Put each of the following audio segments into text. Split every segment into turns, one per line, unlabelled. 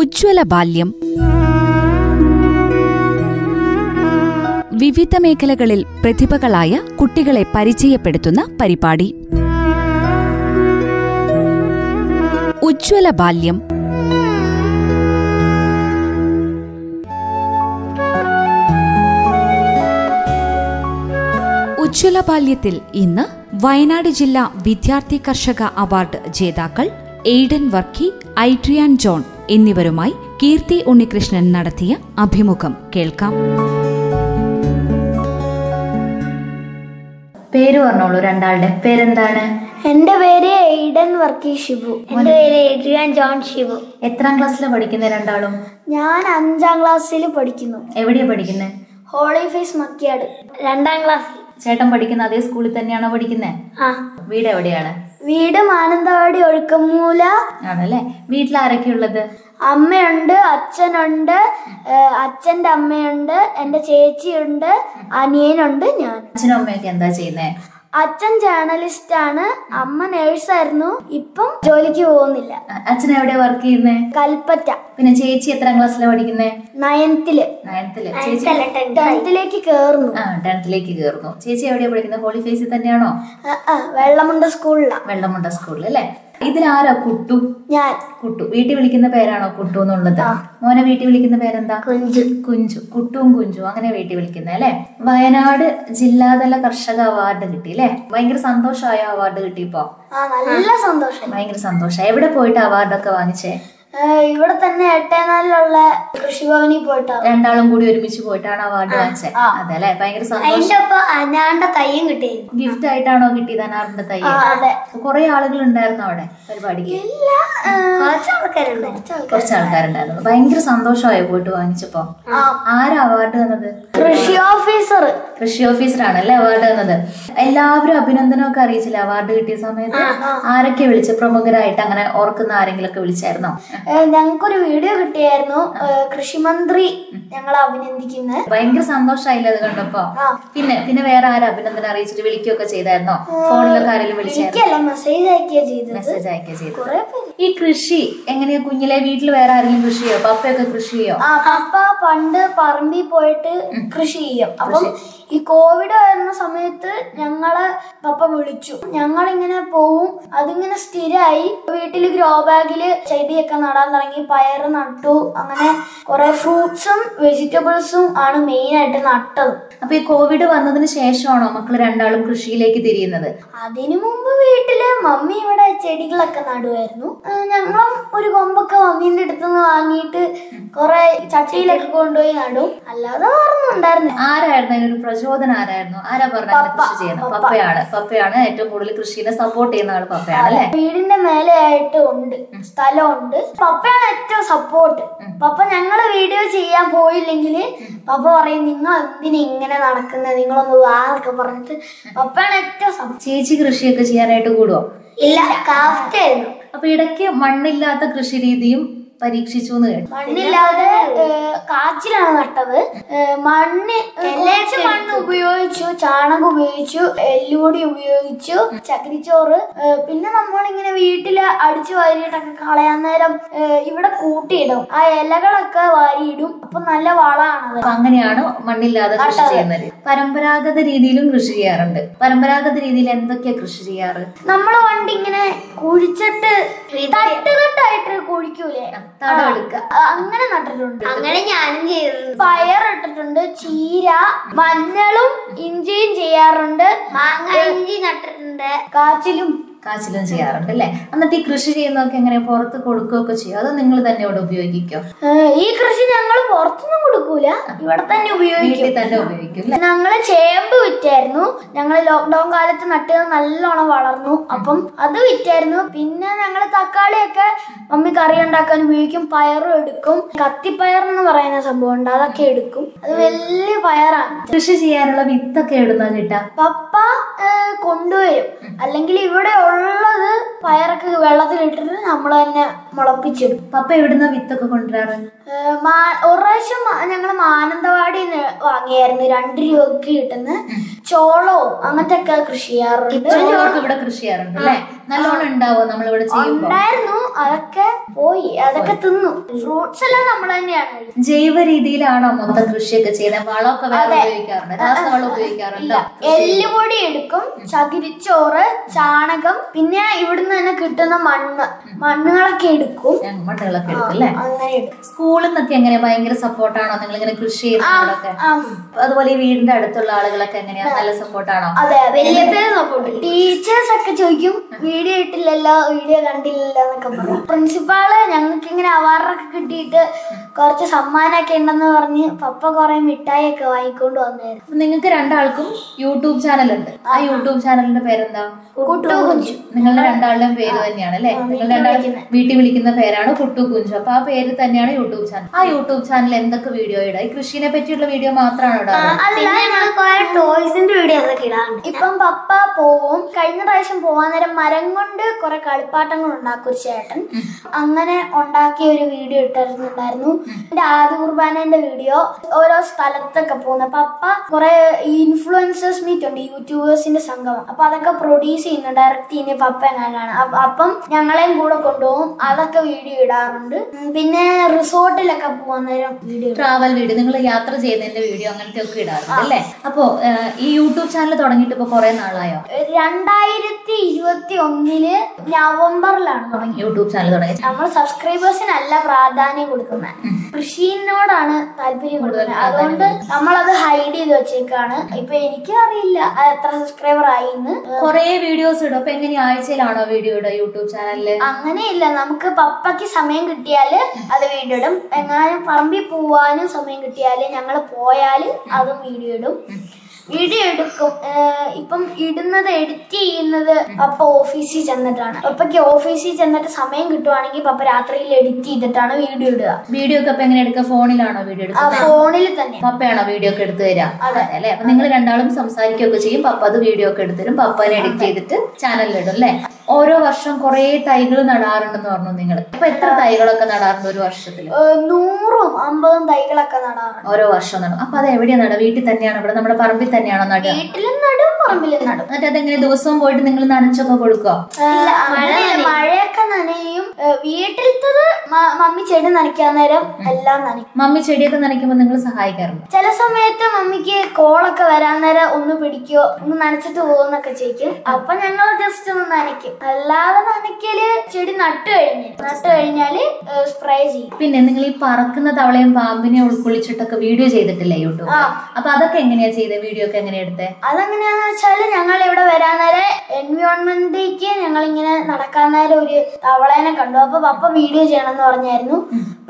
ഉജ്ജ്വല ബാല്യം വിവിധ മേഖലകളിൽ പ്രതിഭകളായ കുട്ടികളെ പരിചയപ്പെടുത്തുന്ന പരിപാടി ഉജ്ജ്വല ബാല്യം ഉജ്ജ്വല ബാല്യത്തിൽ ഇന്ന് വയനാട് ജില്ലാ വിദ്യാർത്ഥി കർഷക അവാർഡ് ജേതാക്കൾ എയ്ഡൻ വർക്കി ഐട്രിയാൻ ജോൺ എന്നിവരുമായി കീർത്തി ഉണ്ണികൃഷ്ണൻ നടത്തിയ അഭിമുഖം കേൾക്കാം
പേര് പറഞ്ഞോളൂ രണ്ടാളുടെ പേരെന്താണ്
എന്റെ പേര് എയ്ഡൻ വർക്കി ഷിബു എന്റെ പേര് എഡ്രിയാൻ ജോൺ ഷിബു
എത്രാം ക്ലാസ്സിലാണ് പഠിക്കുന്നത് രണ്ടാളും
ഞാൻ അഞ്ചാം ക്ലാസ്സിൽ പഠിക്കുന്നു
എവിടെയാ പഠിക്കുന്നത്
ഹോളി ഫേസ് മക്കിയാട് രണ്ടാം ക്ലാസ്സിൽ
ചേട്ടൻ പഠിക്കുന്ന അതേ സ്കൂളിൽ തന്നെയാണോ പഠിക്കുന്നത്
ആ
വീട് എവിടെയാണ്
വീട് മാനന്തവാടി ഒഴുക്കമൂല
ആണല്ലേ വീട്ടിൽ ആരൊക്കെ ഉള്ളത്
അമ്മയുണ്ട് അച്ഛനുണ്ട് ഏഹ് അച്ഛന്റെ അമ്മയുണ്ട് എന്റെ ചേച്ചിയുണ്ട് അനിയനുണ്ട് ഞാൻ
അച്ഛനും അമ്മയൊക്കെ എന്താ ചെയ്യുന്നേ
അച്ഛൻ ജേർണലിസ്റ്റ് ആണ് അമ്മ നേഴ്സായിരുന്നു ഇപ്പം ജോലിക്ക് പോകുന്നില്ല
അ- അച്ഛൻ എവിടെയാ വർക്ക് ചെയ്യുന്നേ
കൽപ്പറ്റ
പിന്നെ ചേച്ചി എത്രാം ക്ലാസ്സിലാണ് പഠിക്കുന്നേ
നയനത്തില്
നയനത്തില് ചേച്ചി
ടെൻത്തിലേക്ക് കേറുന്നു
ആ ടെൻത്തിലേക്ക് കയറുന്നു ചേച്ചി എവിടെയാ പഠിക്കുന്നത് ഹോളി ഫേസിൽ തന്നെയാണോ
ആ, ആ, വെള്ളമുണ്ട സ്കൂളിലാ
വെള്ളമുണ്ട സ്കൂളിൽ അല്ലേ ഇതിലാരാ കുട്ടു
ഞാൻ
കുട്ടു വീട്ടിൽ വിളിക്കുന്ന പേരാണോ കുട്ടു എന്നുള്ളത് മോനെ വീട്ടിൽ വിളിക്കുന്ന പേരെന്താ
കുഞ്ചു
കുഞ്ചു കുട്ടും കുഞ്ചും അങ്ങനെ വീട്ടിൽ വിളിക്കുന്നത് അല്ലെ വയനാട് ജില്ലാതല കർഷക അവാർഡ് കിട്ടി അല്ലെ ഭയങ്കര സന്തോഷമായ അവാർഡ് കിട്ടിയപ്പോ
ആ നല്ല സന്തോഷം
ഭയങ്കര സന്തോഷം എവിടെ പോയിട്ട് അവാർഡൊക്കെ വാങ്ങിച്ചേ
ഏ, ഇവിടെ തന്നെ എട്ടേനാലിലുള്ള കൃഷിഭവനിൽ പോയിട്ടാ
രണ്ടാളും കൂടി ഒരുമിച്ച് പോയിട്ടാണ് അവാർഡ് വാങ്ങിച്ചേ അതെ അല്ലെ ഭയങ്കര സന്തോഷം
അതിന്റെ ഒപ്പം അനാണ്ട തയ്യും കിട്ടിയിരുന്നു
ഗിഫ്റ്റ് ആയിട്ടാണോ കിട്ടിയത് അനാറിന്റെ തൈ
അതെ
കുറെ ആളുകൾ ഉണ്ടായിരുന്നു അവിടെ പരിപാടിക്ക്
ഇല്ല ഏ, കുറച്ച് ആൾക്കാരുണ്ട് കുറച്ച് ആൾക്കാർ
കുറച്ച് ആൾക്കാരുണ്ടായിരുന്നു ഭയങ്കര സന്തോഷമായി പോയിട്ട് വാങ്ങിച്ചപ്പോ ആരാ അവാർഡ് തന്നത്
കൃഷി ഓഫീസർ
കൃഷി ഓഫീസറാണ് അല്ലേ അവാർഡ് തന്നത് എല്ലാവരും അഭിനന്ദനമൊക്കെ അറിയിച്ചില്ല അവാർഡ് കിട്ടിയ സമയത്ത് ആരൊക്കെ വിളിച്ച് പ്രമുഖരായിട്ട് അങ്ങനെ ഓർക്കുന്ന ആരെങ്കിലും ഒക്കെ വിളിച്ചായിരുന്നോ
ഞങ്ങൾക്കൊരു വീഡിയോ കിട്ടിയായിരുന്നു ഏ, കൃഷിമന്ത്രി ഞങ്ങളെ അഭിനന്ദിക്കുന്നത്
ഭയങ്കര സന്തോഷമായില്ല അത് കണ്ടപ്പോ
ആ.
പിന്നെ പിന്നെ വേറെ ആരും അഭിനന്ദനം അറിയിച്ചിട്ട് വിളിക്കുകയൊക്കെ ചെയ്തായിരുന്നോ ഫോണിലൊക്കെ ആരെങ്കിലും വിളിച്ചായിരുന്നോ
എനിക്കല്ല മെസ്സേജ് അയക്കുക ചെയ്തത്
മെസ്സേജ് അയക്കുക ചെയ്തു
കുറെ പേര്
ഈ കൃഷി എങ്ങനെയാ കുഞ്ഞിലെ വീട്ടിൽ വേറെ ആരെങ്കിലും കൃഷി ചെയ്യോ പപ്പയൊക്കെ കൃഷി ചെയ്യോ
ആ പപ്പ പണ്ട് പറമ്പിൽ പോയിട്ട് കൃഷി ചെയ്യും അപ്പം ഈ കോവിഡ് വരുന്ന സമയത്ത് ഞങ്ങളെ പപ്പ വിളിച്ചു ഞങ്ങളിങ്ങനെ പോവും അതിങ്ങനെ സ്ഥിരമായി വീട്ടിൽ ഗ്രോ ബാഗില് ചെടിയൊക്കെ നടാൻ തുടങ്ങി പയറ് നട്ടു അങ്ങനെ കുറെ ഫ്രൂട്ട്സും വെജിറ്റബിൾസും ആണ് മെയിൻ ആയിട്ട് നട്ടത്
അപ്പൊ ഈ കോവിഡ് വന്നതിന് ശേഷമാണോ മക്കൾ രണ്ടാളും കൃഷിയിലേക്ക് തിരിയുന്നത്
അതിനു മുമ്പ് വീട്ടില് മമ്മി ഇവിടെ ചെടികളൊക്കെ നടുവായിരുന്നു ആ, ഞങ്ങളും ഒരു കൊമ്പൊക്കെ മമ്മീന്റെ അടുത്തുനിന്ന് വാങ്ങിയിട്ട് കുറെ ചട്ടിയിലൊക്കെ കൊണ്ടുപോയി നടും അല്ലാതെ വേറൊന്നുണ്ടായിരുന്നു
ആരായിരുന്നു അതിനൊരു പ്രചോദനം ആരായിരുന്നു ആരാ പറഞ്ഞു അങ്ങനെ കൃഷി ചെയ്യണം പപ്പയാണ് പപ്പയാണ് ഏറ്റവും കൂടുതൽ കൃഷിനെ സപ്പോർട്ട് ചെയ്യുന്ന ആൾ പപ്പയാണ് അല്ലെ
വീടിന്റെ മേലെയായിട്ട് ഉണ്ട് സ്ഥലമുണ്ട് പപ്പയാണ് ഏറ്റവും സപ്പോർട്ട് പപ്പ ഞങ്ങള് വീഡിയോ ചെയ്യാൻ പോയില്ലെങ്കിൽ പപ്പ പറയും നിങ്ങൾ എന്തിനാ ഇങ്ങനെ നടക്കുന്നത് നിങ്ങളൊന്ന് വാറൊക്കെ പറഞ്ഞിട്ട് പപ്പയാണ് ഏറ്റവും സപ്പോർട്ട്
ചേച്ചി കൃഷിയൊക്കെ ചെയ്യാനായിട്ട് കൂടുവോ
ഇല്ല കാഫ്റ്റായിരുന്നു
അപ്പൊ ഇടയ്ക്ക് മണ്ണില്ലാത്ത കൃഷി രീതിയും പരീക്ഷിച്ചു എന്ന് കേട്ടു
മണ്ണില്ലാതെ ഏഹ്, കാച്ചിലാണ് നട്ടത് ഏഹ്, മണ്ണ് കുറച്ച് മണ്ണ് ഉപയോഗിച്ചു ചാണകം ഉപയോഗിച്ചു എല്ലുപൊടി ഉപയോഗിച്ചു ചകിരിച്ചോറ് ഏഹ്, പിന്നെ നമ്മളിങ്ങനെ വീട്ടില് അടിച്ചു വാരിയിട്ടൊക്കെ കളയാൻ നേരം ഏഹ്, ഇവിടെ കൂട്ടിയിടും ആ ഇലകളൊക്കെ വാരിയിടും അപ്പൊ നല്ല വളമാണത്
അപ്പൊ അങ്ങനെയാണ് മണ്ണില്ലാതെ കൃഷി ചെയ്യുന്നത് പരമ്പരാഗത രീതിയിലും കൃഷി ചെയ്യാറുണ്ട് പരമ്പരാഗത രീതിയിൽ എന്തൊക്കെയാ കൃഷി ചെയ്യാറ്
നമ്മള് വണ്ടി ഇങ്ങനെ കുഴിച്ചിട്ട് തട്ട് തട്ടായിട്ട് കുഴിക്കൂലേ
തടം എടുക്കുക
ആ, അങ്ങനെ നട്ടിട്ടുണ്ട് അങ്ങനെ ഞാനും ചെയ്തിട്ടുണ്ട് പയർ ഇട്ടിട്ടുണ്ട് ചീര മഞ്ഞളും ഇഞ്ചിയും ചെയ്യാറുണ്ട് മാങ്ങ ഇഞ്ചി നട്ടിട്ടുണ്ട് കാച്ചിലും
കാച്ചിലും ചെയ്യാറുണ്ട് അല്ലെ എന്നിട്ട് ഈ കൃഷി ചെയ്യുന്നതൊക്കെ എങ്ങനെ പുറത്ത് കൊടുക്കുകയൊക്കെ ചെയ്യും അതോ നിങ്ങൾ തന്നെ ഇവിടെ ഉപയോഗിക്കോ
ഏ, ഈ കൃഷി ഞങ്ങൾ പുറത്തൊന്നും കൊടുക്കൂല ഇവിടെ തന്നെ ഉപയോഗിക്കും
വീട്ടിൽ തന്നെ ഉപയോഗിക്കും അല്ലെ
ഞങ്ങള് ചേമ്പ് വിറ്റായിരുന്നു ഞങ്ങൾ ലോക്ക്ഡൌൺ കാലത്ത് നട്ടത് നല്ലോണം വളർന്നു അപ്പം അത് വിറ്റായിരുന്നു പിന്നെ ഞങ്ങൾ തക്കാളിയൊക്കെ മമ്മി കറി ഉണ്ടാക്കാൻ ഉപയോഗിക്കും പയറും എടുക്കും കത്തിപ്പയർ എന്ന് പറയുന്ന സംഭവം ഉണ്ട് അതൊക്കെ എടുക്കും അത് വലിയ പയറാണ്
കൃഷി ചെയ്യാനുള്ള വിത്തൊക്കെ എവിടുന്നാ കിട്ടാ
പപ്പ ഏ, കൊണ്ടുവരും അല്ലെങ്കിൽ ഇവിടെ ഉള്ളത് പയറൊക്കെ വെള്ളത്തിലിട്ടിട്ട് നമ്മൾ തന്നെ മുളപ്പിച്ചിടും
പപ്പ എവിടുന്ന വിത്തൊക്കെ കൊണ്ടുവരാറ്
ഏഹ് മാ- ഒരു പ്രാവശ്യം ഞങ്ങൾ മാനന്തവാടി വാങ്ങിയായിരുന്നു രണ്ട് രൂപക്ക് കിട്ടുന്ന ചോളവും അങ്ങനത്തെ ഒക്കെ കൃഷി ചെയ്യാറുണ്ട്
ചോളൊക്കെ ഇവിടെ കൃഷി ചെയ്യാറുണ്ട് അല്ലേ നല്ലോണം ഉണ്ടാവോ നമ്മളിവിടെ ചെയ്യുമ്പോ
ഉണ്ടായിരുന്നു അതൊക്കെ പോയി അതൊക്കെ തിന്നു ഫ്രൂട്ട്സ് എല്ലാം നമ്മൾ തന്നെയാണ് കഴിക്കുന്നത്.
ജൈവ രീതിയിലാണോ മൊത്തം കൃഷിയൊക്കെ ചെയ്യുന്നത് വളമൊക്കെ വേറെ ഉപയോഗിക്കാറുണ്ട് രാസവളം ഉപയോഗിക്കാറുണ്ടോ
എല്ലുപൊടി എടുക്കും ചകിരിച്ചോറ് ചാണകം പിന്നെ ഇവിടുന്ന് തന്നെ കിട്ടുന്ന മണ്ണ് മണ്ണുകളൊക്കെ എടുക്കും
മണ്ണുകളൊക്കെ എടുക്കും അല്ലേ
അങ്ങനെ എടുക്കും
സ്കൂളിൽ നിന്നൊക്കെ എങ്ങനെ ഭയങ്കര സപ്പോർട്ടാണോ നിങ്ങൾ ഇങ്ങനെ കൃഷി ചെയ്യുന്നവരൊക്കെ
ആ
അതുപോലെ ഈ വീടിന്റെ അടുത്തുള്ള ആളുകളൊക്കെ എങ്ങനെയാ നല്ല സപ്പോർട്ടാണോ
അതെ വലിയ പേര് സപ്പോർട്ട് ടീച്ചേഴ്സ് ഒക്കെ ചോദിക്കും വീഡിയോ ഇട്ടില്ലല്ലോ വീഡിയോ കണ്ടില്ലല്ലോ എന്നൊക്കെ പറയും പ്രിൻസിപ്പാള് ഞങ്ങൾക്ക് ഇങ്ങനെ അവാർഡൊക്കെ കിട്ടിയിട്ട് കുറച്ച് സമ്മാനമൊക്കെ ഉണ്ടെന്ന് പറഞ്ഞ് പപ്പ കുറെ മിഠായി ഒക്കെ വാങ്ങിക്കൊണ്ട് വന്നായിരുന്നു
നിങ്ങൾക്ക് രണ്ടാൾക്കും യൂട്യൂബ് ചാനലുണ്ട് ആ യൂട്യൂബ് ചാനലിന്റെ പേരെന്താ
കുട്ടു കുഞ്ചു.
നിങ്ങളുടെ രണ്ടാളുടെയും പേര് തന്നെയാണ് അല്ലേ നിങ്ങൾ രണ്ടാളും വീട്ടിൽ വിളിക്കുന്ന പേരാണ് കുട്ടു കുഞ്ചു അപ്പൊ ആ പേര് തന്നെയാണ് യൂട്യൂബ് ചാനൽ ആ യൂട്യൂബ് ചാനൽ എന്തൊക്കെ വീഡിയോ ഇടാം ഈ കൃഷിനെ പറ്റിയുള്ള വീഡിയോ മാത്രമാണ് ഇടാറ്
അല്ല ഞങ്ങൾ കുറെ ടോയ്സിന്റെ വീഡിയോസ് ഒക്കെ ഇടാറുണ്ട് ഇപ്പം പപ്പ പോവും കഴിഞ്ഞ പ്രാവശ്യം പോവാൻ നേരം മരം കൊണ്ട് കുറെ കളിപ്പാട്ടങ്ങൾ ഉണ്ടാക്കും ഒരു ചേട്ടൻ അങ്ങനെ ഉണ്ടാക്കിയ ഒരു വീഡിയോ ഇട്ടിരുന്നുണ്ടായിരുന്നു എന്റെ ആദ്യ കുർബാനന്റെ വീഡിയോ ഓരോ സ്ഥലത്തൊക്കെ പോകുന്ന പപ്പ കുറെ ഇൻഫ്ലുവൻസേഴ്സ് മീറ്റ് ഉണ്ട് യൂട്യൂബേഴ്സിന്റെ സംഗമം അപ്പൊ അതൊക്കെ പ്രൊഡ്യൂസ് ചെയ്യുന്നു ഡയറക്റ്റ് ചെയ്യുന്ന പപ്പ എങ്ങനെയാണ് അപ്പ- അപ്പം ഞങ്ങളെയും കൂടെ കൊണ്ടുപോകും അതൊക്കെ വീഡിയോ ഇടാറുണ്ട് ഉം, പിന്നെ റിസോർട്ടിലൊക്കെ പോവാൻ നേരം വീഡിയോ
ട്രാവൽ വീഡിയോ നിങ്ങൾ യാത്ര ചെയ്യുന്നതിന്റെ വീഡിയോ അങ്ങനത്തെ ഒക്കെ ഇടാറുണ്ട് അല്ലേ അപ്പോ ഏഹ്, ഈ യൂട്യൂബ് ചാനൽ തുടങ്ങിയിട്ട് ഇപ്പൊ കുറെ നാളായോ
രണ്ടായിരത്തി ഇരുപത്തി ഒന്നില് നവംബറിലാണ് തുടങ്ങിയത്
യൂട്യൂബ് ചാനൽ തുടങ്ങി
നമ്മൾ സബ്സ്ക്രൈബേഴ്സിനല്ല പ്രാധാന്യം കൊടുക്കുന്നത് കൃഷിനോടാണ് താല്പര്യം കൊടുക്കുന്നത് അതുകൊണ്ട് നമ്മളത് ഹൈഡ് ചെയ്ത് വെച്ചേക്കാണ് ഇപ്പൊ എനിക്ക് അറിയില്ല അത് എത്ര സബ്സ്ക്രൈബർ ആയി എന്ന്
കുറെ വീഡിയോസ് ഇടും അപ്പൊ എങ്ങനെ ആഴ്ചയിലാണോ വീഡിയോ ഇടുക യൂട്യൂബ് ചാനലില്
അങ്ങനെയില്ല നമുക്ക് പപ്പയ്ക്ക് സമയം കിട്ടിയാല് അത് വീഡിയോ ഇടും എങ്ങാനും പറമ്പിൽ പോവാനും സമയം കിട്ടിയാല് ഞങ്ങൾ പോയാല് അതും വീഡിയോ ഇടും വീഡിയോ എടുക്കും ഏഹ് ഇപ്പം ഇടുന്നത് എഡിറ്റ് ചെയ്യുന്നത് പപ്പ ഓഫീസിൽ ചെന്നിട്ടാണ് പപ്പയ്ക്ക് ഓഫീസിൽ ചെന്നിട്ട് സമയം കിട്ടുവാണെങ്കിൽ പപ്പ രാത്രിയിൽ എഡിറ്റ് ചെയ്തിട്ടാണ് വീഡിയോ ഇടുക
വീഡിയോ ഒക്കെ അപ്പൊ എങ്ങനെ എടുക്കുക ഫോണിലാണോ വീഡിയോ
ആ
എടുക്കുക
ഫോണിൽ തന്നെ
പപ്പയാണോ വീഡിയോ ഒക്കെ എടുത്തു തരാ അല്ലേ അപ്പൊ നിങ്ങൾ രണ്ടാളും സംസാരിക്കുകയൊക്കെ ചെയ്യും പപ്പ അത് വീഡിയോ ഒക്കെ എടുത്തു തരും പപ്പനെ എഡിറ്റ് ചെയ്തിട്ട് ചാനലിലിടും അല്ലേ ഓരോ വർഷം കുറെ തൈകൾ നടാറുണ്ടെന്ന് പറഞ്ഞു നിങ്ങൾ അപ്പൊ എത്ര തൈകളൊക്കെ നടാറുണ്ട് ഒരു വർഷത്തിൽ
ഏഹ് നൂറും അമ്പതും തൈകളൊക്കെ നടാറുണ്ട്
ഓരോ വർഷം നടും അപ്പൊ അത് എവിടെയാ നടുക വീട്ടിൽ തന്നെയാണോ ഇവിടെ നമ്മുടെ പറമ്പിൽ തന്നെയാണോ നടുക
വീട്ടിലും നടും പറമ്പിലും നടും
എന്നിട്ട് അതെങ്ങനെ ദിവസവും പോയിട്ട് നിങ്ങൾ നനച്ചൊക്കെ കൊടുക്കുക
ഇല്ല, അങ്ങനെയില്ല. മഴയൊക്കെ നനയും ഏഹ് വീട്ടിലത്തത് മ- മമ്മി ചെടി നനയ്ക്കാൻ നേരം എല്ലാം നനയ്ക്കും
മമ്മി ചെടിയൊക്കെ നനയ്ക്കുമ്പോൾ നിങ്ങൾ സഹായിക്കാറുണ്ട്
ചില സമയത്ത് മമ്മിക്ക് കോളൊക്കെ വരാൻ നേരം ഒന്ന് പിടിക്കോ ഒന്ന് നനച്ചിട്ട് പോകുന്നൊക്കെ ചോദിക്കും അപ്പൊ ഞങ്ങൾ ജസ്റ്റ് ഒന്ന് നനയ്ക്കും അല്ലാതെ നനയ്ക്കല് ചെടി നട്ടു കഴിഞ്ഞ് നട്ടു കഴിഞ്ഞാല് സ്പ്രേ ചെയ്യും
പിന്നെ നിങ്ങൾ ഈ പറക്കുന്ന തവളയും പാമ്പിനെ ഉൾക്കൊള്ളിച്ചിട്ടൊക്കെ വീഡിയോ ചെയ്തിട്ടില്ലേ യൂട്യൂബ് അപ്പൊ അതൊക്കെ എങ്ങനെയാ ചെയ്തത് വീഡിയോ ഒക്കെ എങ്ങനെയാ എടുത്തേ
അതെങ്ങനെയാന്ന് വെച്ചാല് ഞങ്ങൾ ഇവിടെ വരാൻ നേരം എൻവയോൺമെന്റിലേക്ക് ഞങ്ങൾ ഇങ്ങനെ നടക്കാൻ നേരം ഒരു തവളേനെ കണ്ടു അപ്പൊ പപ്പ വീഡിയോ ചെയ്യണമെന്ന് പറഞ്ഞായിരുന്നു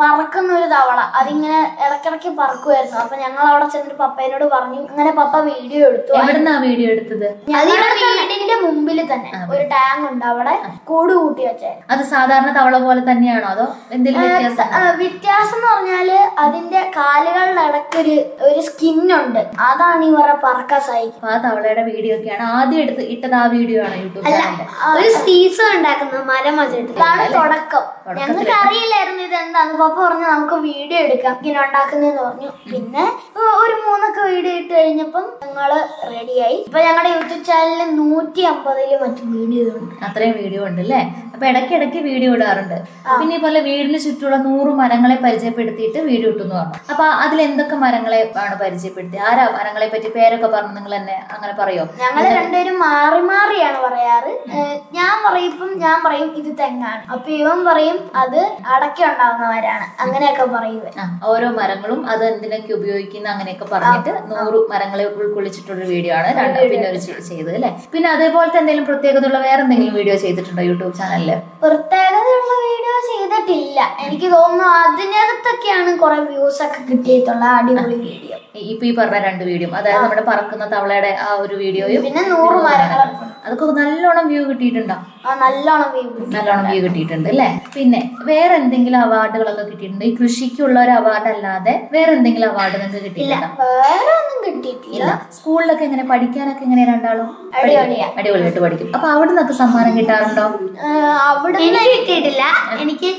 പറക്കുന്ന ഒരു തവള അതിങ്ങനെ ഇടക്കിടക്ക് പറക്കുമായിരുന്നു അപ്പൊ ഞങ്ങൾ അവിടെ ചെന്നിട്ട് പപ്പേനോട് പറഞ്ഞു അങ്ങനെ പപ്പ വീഡിയോ എടുത്തു
എവിടുന്നാ വീഡിയോ എടുത്തത്
ഞങ്ങളുടെ വീടിന്റെ മുമ്പിൽ തന്നെ ഒരു ടാങ്ക് ഉണ്ട് അവിടെ കൂട് കൂട്ടി വെച്ചേ
അത് സാധാരണ തവള പോലെ തന്നെയാണോ അതോ എന്തെങ്കിലും വ്യത്യാസം
ആ, വ്യത്യാസം എന്ന് പറഞ്ഞാല് അതിന്റെ കാലുകളുടെ ഇടക്കൊരു ഒരു സ്കിന്നുണ്ട് അതാണ് ഇവരുടെ പറക്കാൻ സഹായിക്കുന്നത്
അപ്പൊ ആ തവളയുടെ വീഡിയോ ഒക്കെയാണ് ആദ്യം എടുത്ത് ഇട്ടത് ആ വീഡിയോ ആണ് യൂട്യൂബ് ചാനലിന്റെ
ഒരു സീസൺ ഉണ്ടാക്കുന്നത് മരം വെച്ചിട്ട് ഇതാണ് തുടക്കം ഞങ്ങൾക്ക് അറിയില്ലായിരുന്നു ഇത് എന്താന്ന് പപ്പ പറഞ്ഞു നമുക്ക് വീഡിയോ എടുക്കാം ഇങ്ങനെ ഉണ്ടാക്കുന്നതെന്ന് പറഞ്ഞു പിന്നെ ഏർ, ഒരു മൂന്നൊക്കെ വീഡിയോ ഇട്ട് കഴിഞ്ഞപ്പം ഞങ്ങള് റെഡിയായി ഇപ്പൊ ഞങ്ങളുടെ യൂട്യൂബ് ചാനലിൽ നൂറ്റി അമ്പതില് മറ്റു വീഡിയോ ഉണ്ട്
അത്രയും വീഡിയോ ഉണ്ട് അല്ലേ അപ്പൊ ഇടയ്ക്ക് ഇടയ്ക്ക് വീഡിയോ ഇടാറുണ്ട് പിന്നെ ഇതുപോലെ വീടിന് ചുറ്റുമുള്ള നൂറ് മരങ്ങളെ പരിചയപ്പെടുത്തിയിട്ട് വീഡിയോ ഇട്ടു എന്ന് പറഞ്ഞു അപ്പൊ അതിൽ എന്തൊക്കെ മരങ്ങളെ ആണ് പരിചയപ്പെടുത്തി ആരാ മരങ്ങളെ പറ്റി പേരൊക്കെ പറഞ്ഞു നിങ്ങൾ തന്നെ അങ്ങനെ പറയോ
ഞങ്ങള് രണ്ടുപേരും മാറി മാറിയാണ് പറയാറ് ഏഹ് ഞാൻ പറയുമ്പം ഞാൻ പറയും ഇത് തെങ്ങാണ് അപ്പൊ ഇവൻ പറയും അത് അടക്ക ഉണ്ടാവുന്നവരാണ് അങ്ങനെയൊക്കെ പറയുവേ
ആ, ഓരോ മരങ്ങളും അത് എന്തിനൊക്കെ ഉപയോഗിക്കുന്ന അങ്ങനെയൊക്കെ പറഞ്ഞിട്ട് നൂറ് മരങ്ങളെ ഉൾക്കൊള്ളിച്ചിട്ടുള്ള വീഡിയോ ആണ് രണ്ട് പിന്നെ ഒരു ചെയ്തത് അല്ലെ പിന്നെ അതേപോലത്തെ എന്തെങ്കിലും പ്രത്യേകതയുള്ള വേറെ എന്തെങ്കിലും വീഡിയോ ചെയ്തിട്ടുണ്ടോ യൂട്യൂബ് ചാനലിൽ ചാനലില്
പ്രത്യേകതയുള്ള വീഡിയോ ചെയ്തിട്ടില്ല എനിക്ക് തോന്നുന്നു അതിനകത്തൊക്കെയാണ് കുറെ വ്യൂസ് ഒക്കെ കിട്ടിയിട്ടുള്ള അടിപൊളി വീഡിയോ
ഈ- ഇപ്പൊ ഈ പറഞ്ഞ രണ്ട് വീഡിയോ അതായത് നമ്മുടെ പറക്കുന്ന തവളയുടെ ആ ഒരു വീഡിയോയും
പിന്നെ നൂറ് മരങ്ങളും
അതൊക്കെ നല്ലോണം വ്യൂ കിട്ടിയിട്ടുണ്ടോ
ആ നല്ലോണം വ്യൂ കിട്ടി
നല്ലോണം വ്യൂ കിട്ടിയിട്ടുണ്ട് അല്ലേ പിന്നെ വേറെ എന്തെങ്കിലും അവാർഡുകളൊക്കെ കിട്ടിയിട്ടുണ്ട് ഈ കൃഷിക്കുള്ള ഒരു അവാർഡ് അല്ലാതെ വേറെ എന്തെങ്കിലും അവാർഡ് നിങ്ങൾക്ക്
ഇല്ല
കിട്ടിയിട്ടുണ്ടോ
വേറെ ഒന്നും കിട്ടിയിട്ടില്ല
ഇല്ല സ്കൂളിലൊക്കെ എങ്ങനെ പഠിക്കാനൊക്കെ എങ്ങനെ രണ്ടാളും
അടിപൊളിയാ.
പഠിക്കും? അടിപൊളിയായിട്ട് പഠിക്കും അപ്പൊ അവിടെ നിന്നൊക്കെ സമ്മാനം കിട്ടാറുണ്ടോ
അവിടെ എനിക്ക് കിട്ടിയിട്ടില്ല എനിക്ക്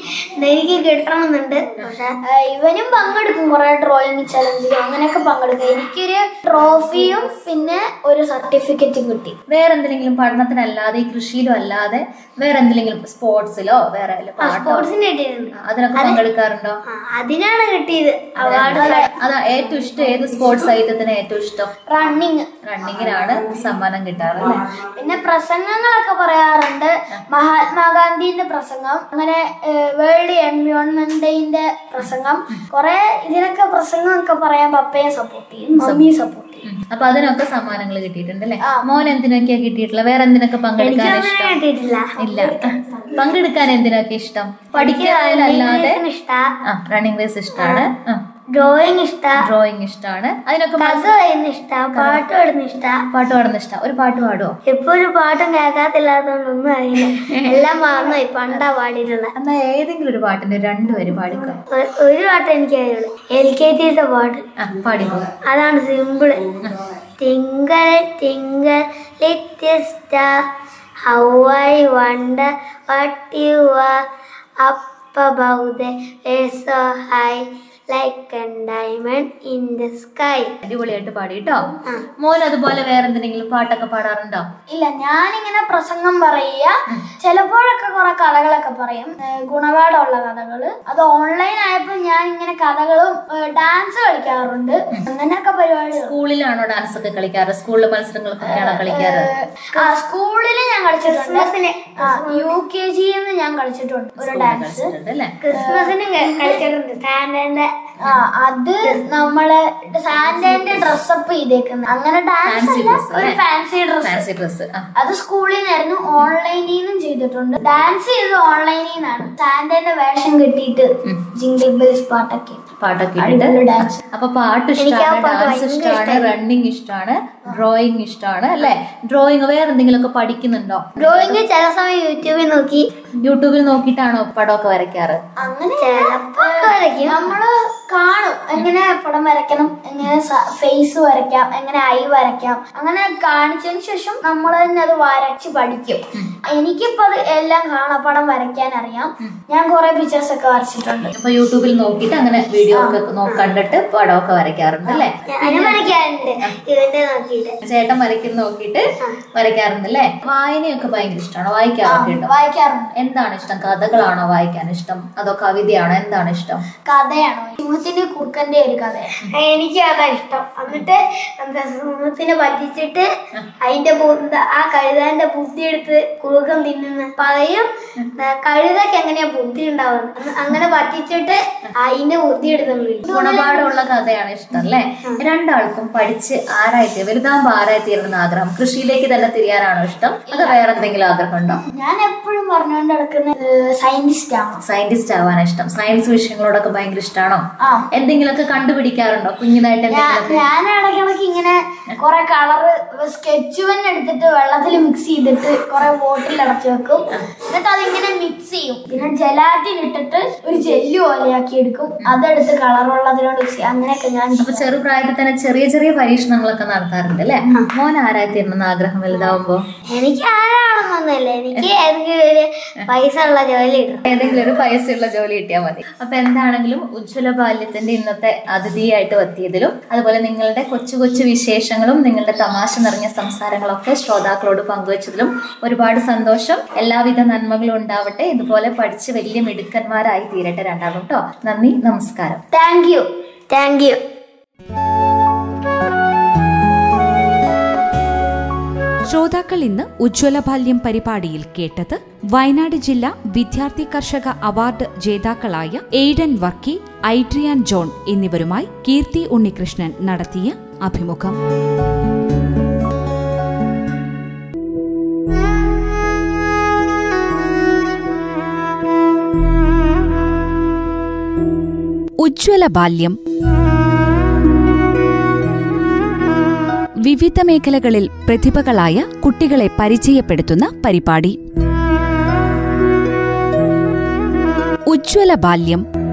എനിക്ക് കിട്ടണമെന്നുണ്ട് പക്ഷെ ഇവനും പങ്കെടുക്കും കുറെ ഡ്രോയിങ് ചലഞ്ചിലും അങ്ങനെയൊക്കെ പങ്കെടുക്കും എനിക്കൊരു ട്രോഫിയും പിന്നെ ഒരു സർട്ടിഫിക്കറ്റും കിട്ടി
വേറെ എന്തെങ്കിലും പഠനത്തിനല്ലാതെ ഈ കൃഷിയിലും അല്ലാതെ വേറെ എന്തെങ്കിലും സ്പോർട്സിലോ വേറെ വല്ല പാട്ടോ
സ്പോർട്സിന് കിട്ടിയിട്ടുണ്ട്
ആ, അതിനൊക്കെ പങ്കെടുക്കാറുണ്ടോ
ആ, അതിനാണ് കിട്ടിയത് അവാർഡ്
അതാ ഏറ്റവും ഇഷ്ടം ഏത് സ്പോർട്സ് ഐറ്റത്തിന് ഏറ്റവും ഇഷ്ടം
റണ്ണിങ്
റണ്ണിങ്ങിനാണ് സമ്മാനം കിട്ടാറല്ലേ
പിന്നെ പ്രസംഗങ്ങളൊക്കെ പറയാറുണ്ട് മഹാത്മാഗാന്ധിന്റെ പ്രസംഗം അങ്ങനെ വേൾഡ് എൻവയോൺമെന്റ് ഡേന്റെ പ്രസംഗം കുറെ ഇതിനൊക്കെ പ്രസംഗമൊക്കെ പറയാൻ പപ്പയെ സപ്പോർട്ട് ചെയ്യും മമ്മിയെ സപ്പോർട്ട് ചെയ്യും
ഉം. അപ്പൊ അതിനൊക്കെ സമ്മാനങ്ങൾ കിട്ടിയിട്ടുണ്ട് അല്ലെ മോൻ എന്തിനൊക്കെയാ കിട്ടിയിട്ടുള്ള വേറെ എന്തിനൊക്കെ പങ്കെടുക്കാൻ ഇഷ്ടം
കിട്ടിയിട്ടില്ല
ഇല്ല പങ്കെടുക്കാൻ എന്തിനൊക്കെ ഇഷ്ടം പഠിക്കാനായാലും അല്ലാതെ
ഇഷ്ടാ
ആ റണ്ണിങ് റേസ് ഇഷ്ടമാണ്
ഡ്രോയിങ് ഇഷ്ടാ
ഡ്രോയിങ് ഇഷ്ടമാണ് അതിനൊക്കെ
കഥ പറയുന്ന ഇഷ്ടാ പാട്ട് പാടുന്ന ഇഷ്ടാ
പാട്ട് പാടുന്ന ഇഷ്ടം ഒരു പാട്ട് പാടുവോ
ഇപ്പൊ ഒരു പാട്ടും കേൾക്കാത്തില്ലാത്തതുകൊണ്ടൊന്നും അറിയില്ല എല്ലാം മറന്നുപോയി പണ്ടാ പാടിയിട്ടുള്ള
എന്നാ ഏതെങ്കിലും ഒരു പാട്ടിന്റെ രണ്ടുപേര് പാടിക്കോ
ഒ- ഒരു പാട്ട് എനിക്ക് അറിയുള്ളൂ എൽ കെ ജിയിലത്തെ പാട്ട്
ആ പാടിക്കോ
അതാണ് simple twinkle twinkle little star how I wonder what you are up above the so high like diamond in the sky
അടിപൊളിയായിട്ട് പാടിട്ടോ മോൻ അതുപോലെ വേറെ എന്തെങ്കിലും പാട്ടൊക്കെ പാടാറുണ്ടോ
ഇല്ല ഞാനിങ്ങനെ പ്രസംഗം പറയുക ചിലപ്പോഴൊക്കെ കുറെ കഥകളൊക്കെ പറയും ഏഹ് ഗുണപാഠമുള്ള കഥകള് അത് ഓൺലൈൻ ആയപ്പോൾ ഞാൻ ഇങ്ങനെ കഥകളും ഡാൻസ് കളിക്കാറുണ്ട് അങ്ങനെയൊക്കെ പരിപാടികൾ
സ്കൂളിലാണോ ഡാൻസ് ഒക്കെ കളിക്കാറ് സ്കൂളിലെ മത്സരങ്ങൾക്കൊക്കെയാണോ കളിക്കാറ്
ആ സ്കൂളിൽ ഞാൻ കളിച്ചിട്ടുണ്ട് ആ യു കെ ജിയിൽ നിന്ന് ഞാൻ കളിച്ചിട്ടുണ്ട് ഒരു ഡാൻസ്
കളിച്ചിട്ടുണ്ട് അല്ലേ
ക്രിസ്മസിന് കളിച്ചിട്ടുണ്ട് സാന്റന്റെ ആ അത് നമ്മളെ സാന്റന്റെ ഡ്രസ്സപ്പ് ചെയ്തേക്കുന്നത് അങ്ങനെ ഡാൻസ്
Fancy
അല്ല
dress,
ഒരു
അല്ലേ?
ഫാൻസി ഡ്രസ്
ഫാൻസി ഡ്രസ് ആ
അത് സ്കൂളിൽ നിന്നായിരുന്നു ഓൺലൈനിൽ നിന്നും ചെയ്തിട്ടുണ്ട് ഡാൻസ് ചെയ്തത് ഓൺലൈനിൽ നിന്നാണ് സാന്റന്റെ വേഷം കിട്ടിയിട്ട് ജിംഗിൾ ബെൽസ് പാട്ടൊക്കെ
പാട്ടൊക്കെ
അടിപൊളി
ഇട്ടിട്ട്
dance.
അപ്പൊ പാട്ട്
എനിക്ക് ആ
ഇഷ്ടമാണ്
പാട്ട്
ഡാൻസ്
ഭയങ്കര
ഇഷ്ടമാണ്
ഇഷ്ടായി.
റണ്ണിങ് ഇഷ്ടമാണ് ഡ്രോയിങ് ഇഷ്ടമാണ് അല്ലെ ഡ്രോയിങ് വേറെ എന്തെങ്കിലും ഒക്കെ പഠിക്കുന്നുണ്ടോ
ഡ്രോയിങ് ചില സമയം യൂട്യൂബിൽ നോക്കി
യൂട്യൂബിൽ നോക്കിയിട്ടാണോ പടമൊക്കെ വരയ്ക്കാറ്
അങ്ങനെ വരയ്ക്കും നമ്മള് കാണും എങ്ങനെ പടം വരയ്ക്കണം എങ്ങനെ ഫേസ് വരയ്ക്കാം എങ്ങനെ ഐ വരയ്ക്കാം അങ്ങനെ കാണിച്ചതിന് ശേഷം നമ്മൾ തന്നെ അത് വരച്ച് പഠിക്കും എനിക്കിപ്പോ അത് എല്ലാം കാണപ്പടം വരയ്ക്കാൻ അറിയാം ഞാൻ കുറെ പിക്ചേഴ്സ് ഒക്കെ വരച്ചിട്ടുണ്ട്
അപ്പൊ യൂട്യൂബിൽ നോക്കിയിട്ട് അങ്ങനെ വീഡിയോ ഒക്കെ നോ- കണ്ടിട്ട് പടമൊക്കെ വരയ്ക്കാറുണ്ട് അല്ലെ
ഞാനും വരയ്ക്കാറുണ്ട് ഇവന്റെ നോക്കിയിട്ട്
ചേട്ടൻ വരയ്ക്കുന്ന നോക്കിയിട്ട് വരയ്ക്കാറുണ്ട് അല്ലെ വായനയൊക്കെ ഭയങ്കര ഇഷ്ടമാണോ വായിക്കാറൊക്കെ ഉണ്ടോ
വായിക്കാറുണ്ട്
എന്താണ് ഇഷ്ടം കഥകളാണോ വായിക്കാൻ ഇഷ്ടം അതോ കവിതയാണോ എന്താണ് ഇഷ്ടം
കഥയാണോ സിംഹത്തിന്റെ കുറുക്കന്റെ ഒരു കഥ എനിക്ക് അതാ ഇഷ്ടം എന്നിട്ട് എന്താ സിംഹത്തിനെ പറ്റിച്ചിട്ട് അതിന്റെ ബുദ്ധ- ആ കഴുതാന്റെ ബുദ്ധി എടുത്ത് കുറുക്കൻ തിന്നുന്ന പറയും എന്താ, കഴുതക്ക് എങ്ങനെയാ ബുദ്ധി ഉണ്ടാവുന്നത് അങ്ങനെ പറ്റിച്ചിട്ട് അതിന്റെ ബുദ്ധി എടുത്തു
ഗുണപാഠമുള്ള കഥയാണ് ഇഷ്ടം അല്ലേ രണ്ടാൾക്കും പഠിച്ച് ആരായിട്ട് വലുതാകുമ്പോ ആരായി തീരണം ആഗ്രഹം കൃഷിയിലേക്ക് തന്നെ തിരിയാനാണോ ഇഷ്ടം അത് വേറെ എന്തെങ്കിലും ആഗ്രഹം ഉണ്ടോ
ഞാൻ എപ്പോഴും പറഞ്ഞുകൊണ്ട് നടക്കുന്നത് സയന്റിസ്റ്റ് ആണ്
സയന്റിസ്റ്റ് ആവാനാ ഇഷ്ടം സയൻസ് വിഷയങ്ങളോടൊക്കെ ഭയങ്കര ഇഷ്ടമാണോ
ആ.
എന്തെങ്കിലുമൊക്കെ കണ്ടുപിടിക്കാറുണ്ടോ കുഞ്ഞിനായിട്ട് എന്തെങ്കിലും
ഞാൻ ഇടയ്ക്കിടയ്ക്ക് ഇങ്ങനെ കുറെ കളറ് സ്കെച്ച് പെൻ എടുത്തിട്ട് വെള്ളത്തിൽ മിക്സ് ചെയ്തിട്ട് കുറെ ബോട്ടിൽ അടച്ചു വെക്കും എന്നിട്ട് അതിങ്ങനെ മിക്സ് ചെയ്യും പിന്നെ ജലാറ്റിൻ ഇട്ടിട്ട് ഒരു ജെല്ലി പോലെയാക്കി എടുക്കും അതെടുത്ത് കളർ വെള്ളത്തിലോട് മിക്സ് ചെയ്യും അങ്ങനെയൊക്കെ ഞാൻ
അപ്പൊ ചെറുപ്രായത്തിൽ തന്നെ ചെറിയ ചെറിയ പരീക്ഷണങ്ങളൊക്കെ നടത്താറുണ്ട് അല്ലെ മോൻ ആരായി തീരണം ആഗ്രഹം വലുതാവുമ്പോ
എനിക്ക് ആരാണെന്നൊന്നുമില്ല എനിക്ക് ഏതെങ്കിലും ഒരു പൈസ ഉള്ള ജോലി ഇടും
ഏതെങ്കിലും ഒരു പൈസയുള്ള ജോലി കിട്ടിയാൽ മതി അപ്പൊ എന്താണെങ്കിലും ഉജ്ജ്വല ബാല്യത്തിന്റെ ഇന്നത്തെ അതിഥിയായിട്ട് എത്തിയതിലും അതുപോലെ നിങ്ങളുടെ കൊച്ചു കൊച്ചു വിശേഷങ്ങളും നിങ്ങളുടെ തമാശ നിറഞ്ഞ സംസാരങ്ങളൊക്കെ ശ്രോതാക്കളോട് പങ്കുവച്ചതിലും ഒരുപാട് സന്തോഷം എല്ലാവിധ നന്മകളും ഉണ്ടാവട്ടെ ഇതുപോലെ പഠിച്ച് വലിയ മിടുക്കന്മാരായി തീരട്ടെ രണ്ടാളും കേട്ടോ നന്ദി നമസ്കാരം
താങ്ക് യു താങ്ക് യു
ശ്രോതാക്കൾ ഇന്ന് ഉജ്ജ്വല ബാല്യം പരിപാടിയിൽ കേട്ടത് വയനാട് ജില്ലാ വിദ്യാർത്ഥി കർഷക അവാർഡ് ജേതാക്കളായ എയ്ഡൻ വർക്കി ഐട്രിയാൻ ജോൺ എന്നിവരുമായി കീർത്തി ഉണ്ണികൃഷ്ണൻ നടത്തിയ അഭിമുഖം ഉജ്ജ്വല ബാല്യം വിവിധ മേഖലകളിൽ പ്രതിഭകളായ കുട്ടികളെ പരിചയപ്പെടുത്തുന്ന പരിപാടി ഉജ്ജ്വല ബാല്യം